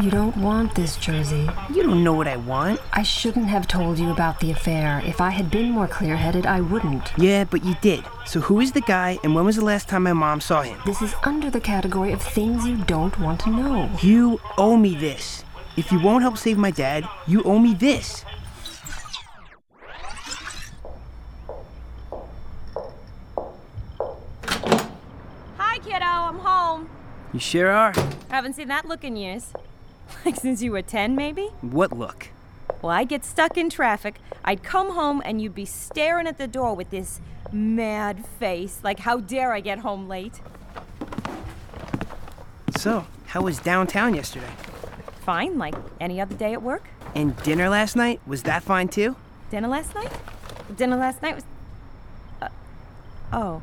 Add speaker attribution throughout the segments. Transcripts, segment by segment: Speaker 1: You don't want this jersey.
Speaker 2: You don't know what I want.
Speaker 1: I shouldn't have told you about the affair. If I had been more clear headed, I wouldn't.
Speaker 2: Yeah, but you did. So who is the guy, and when was the last time my mom saw him?
Speaker 1: This is under the category of things you don't want to know.
Speaker 2: You owe me this. If you won't help save my dad, you owe me this.
Speaker 3: Hi, kiddo. I'm home.
Speaker 2: You sure are.
Speaker 3: Haven't seen that look in years. Like since you were 10, maybe?
Speaker 2: What look?
Speaker 3: Well, I'd get stuck in traffic. I'd come home and you'd be staring at the door with this mad face. Like, how dare I get home late?
Speaker 2: So, how was downtown yesterday?
Speaker 3: Fine, like any other day at work.
Speaker 2: And dinner last night? Was that fine too?
Speaker 3: Dinner last night? Dinner last night was. Uh, oh.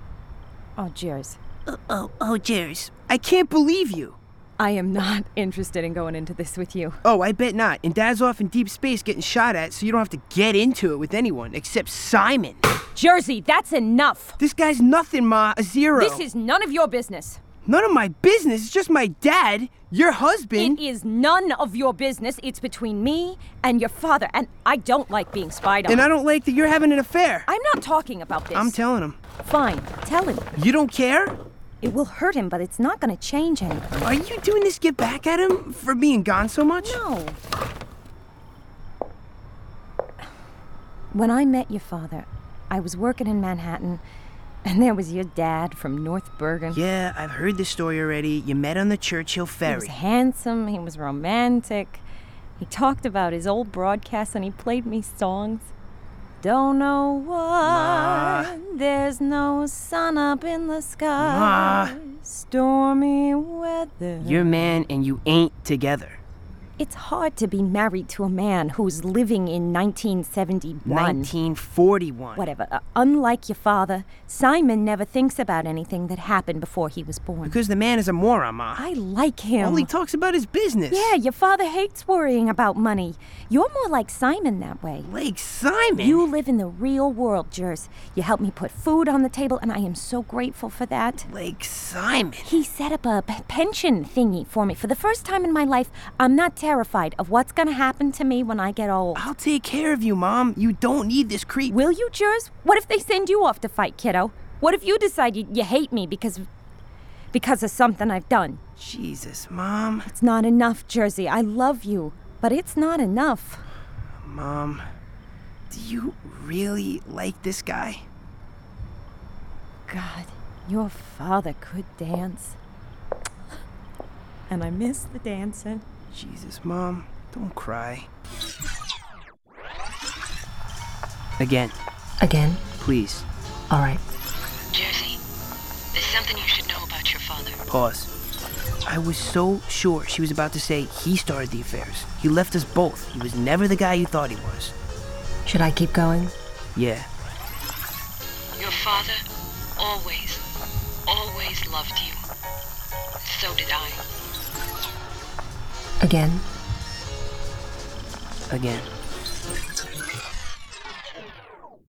Speaker 3: Oh, cheers.
Speaker 2: Oh, oh, oh, Jerry's. I can't believe you.
Speaker 3: I am not interested in going into this with you.
Speaker 2: Oh, I bet not. And Dad's off in deep space getting shot at, so you don't have to get into it with anyone except Simon.
Speaker 3: Jersey, that's enough.
Speaker 2: This guy's nothing, Ma. A zero.
Speaker 3: This is none of your business.
Speaker 2: none of my business. It's just my dad, your husband.
Speaker 3: It is none of your business. It's between me and your father, and I don't like being spied on.
Speaker 2: and I don't like that you're having an affair.
Speaker 3: I'm not talking about this.
Speaker 2: I'm telling him.
Speaker 3: Fine, tell him.
Speaker 2: You don't care?
Speaker 3: It will hurt him, but it's not going to change anything.
Speaker 2: Are you doing this get back at him for being gone so much?
Speaker 3: No. When I met your father, I was working in Manhattan, and there was your dad from North Bergen.
Speaker 2: Yeah, I've heard this story already. You met on the Churchill
Speaker 3: He was
Speaker 2: ferry.
Speaker 3: handsome, he was romantic. He talked about his old broadcasts and he played me songs. Don't know why there's no sun up in the sky. Stormy weather.
Speaker 2: You're a man and you ain't together.
Speaker 3: It's hard to be married to a man who's living in 1971.
Speaker 2: 1941.
Speaker 3: Whatever. Uh, unlike your father, Simon never thinks about anything that happened before he was born.
Speaker 2: Because the man is a moron, Ma.
Speaker 3: I like him.
Speaker 2: All he talks about is business.
Speaker 3: Yeah, your father hates worrying about money. You're more like Simon that way.
Speaker 2: Like Simon.
Speaker 3: You live in the real world, Jers. You help me put food on the table, and I am so grateful for that.
Speaker 2: Like Simon.
Speaker 3: He set up a p- pension thingy for me. For the first time in my life, I'm not terrified of what's going to happen to me when I get old.
Speaker 2: I'll take care of you, Mom. You don't need this creep.
Speaker 3: Will you, Jers? What if they send you off to fight, kiddo? What if you decide you, you hate me because of- because of something I've done?
Speaker 2: Jesus, Mom.
Speaker 3: It's not enough, Jersey. I love you, but it's not enough.
Speaker 2: Mom. Do you really like this guy?
Speaker 3: God, your father could dance. And I miss the dancing.
Speaker 2: Jesus, Mom. Don't cry. Again,
Speaker 1: Again?
Speaker 2: please.
Speaker 1: All right.
Speaker 4: Jersey, there's something you should know about your father.
Speaker 2: Pause. I was so sure she was about to say he started the affairs. He left us both. He was never the guy you thought he was.
Speaker 1: Should I keep going?
Speaker 2: Yeah.
Speaker 4: Your father always, always loved you. So did I.
Speaker 1: Again?
Speaker 2: Again.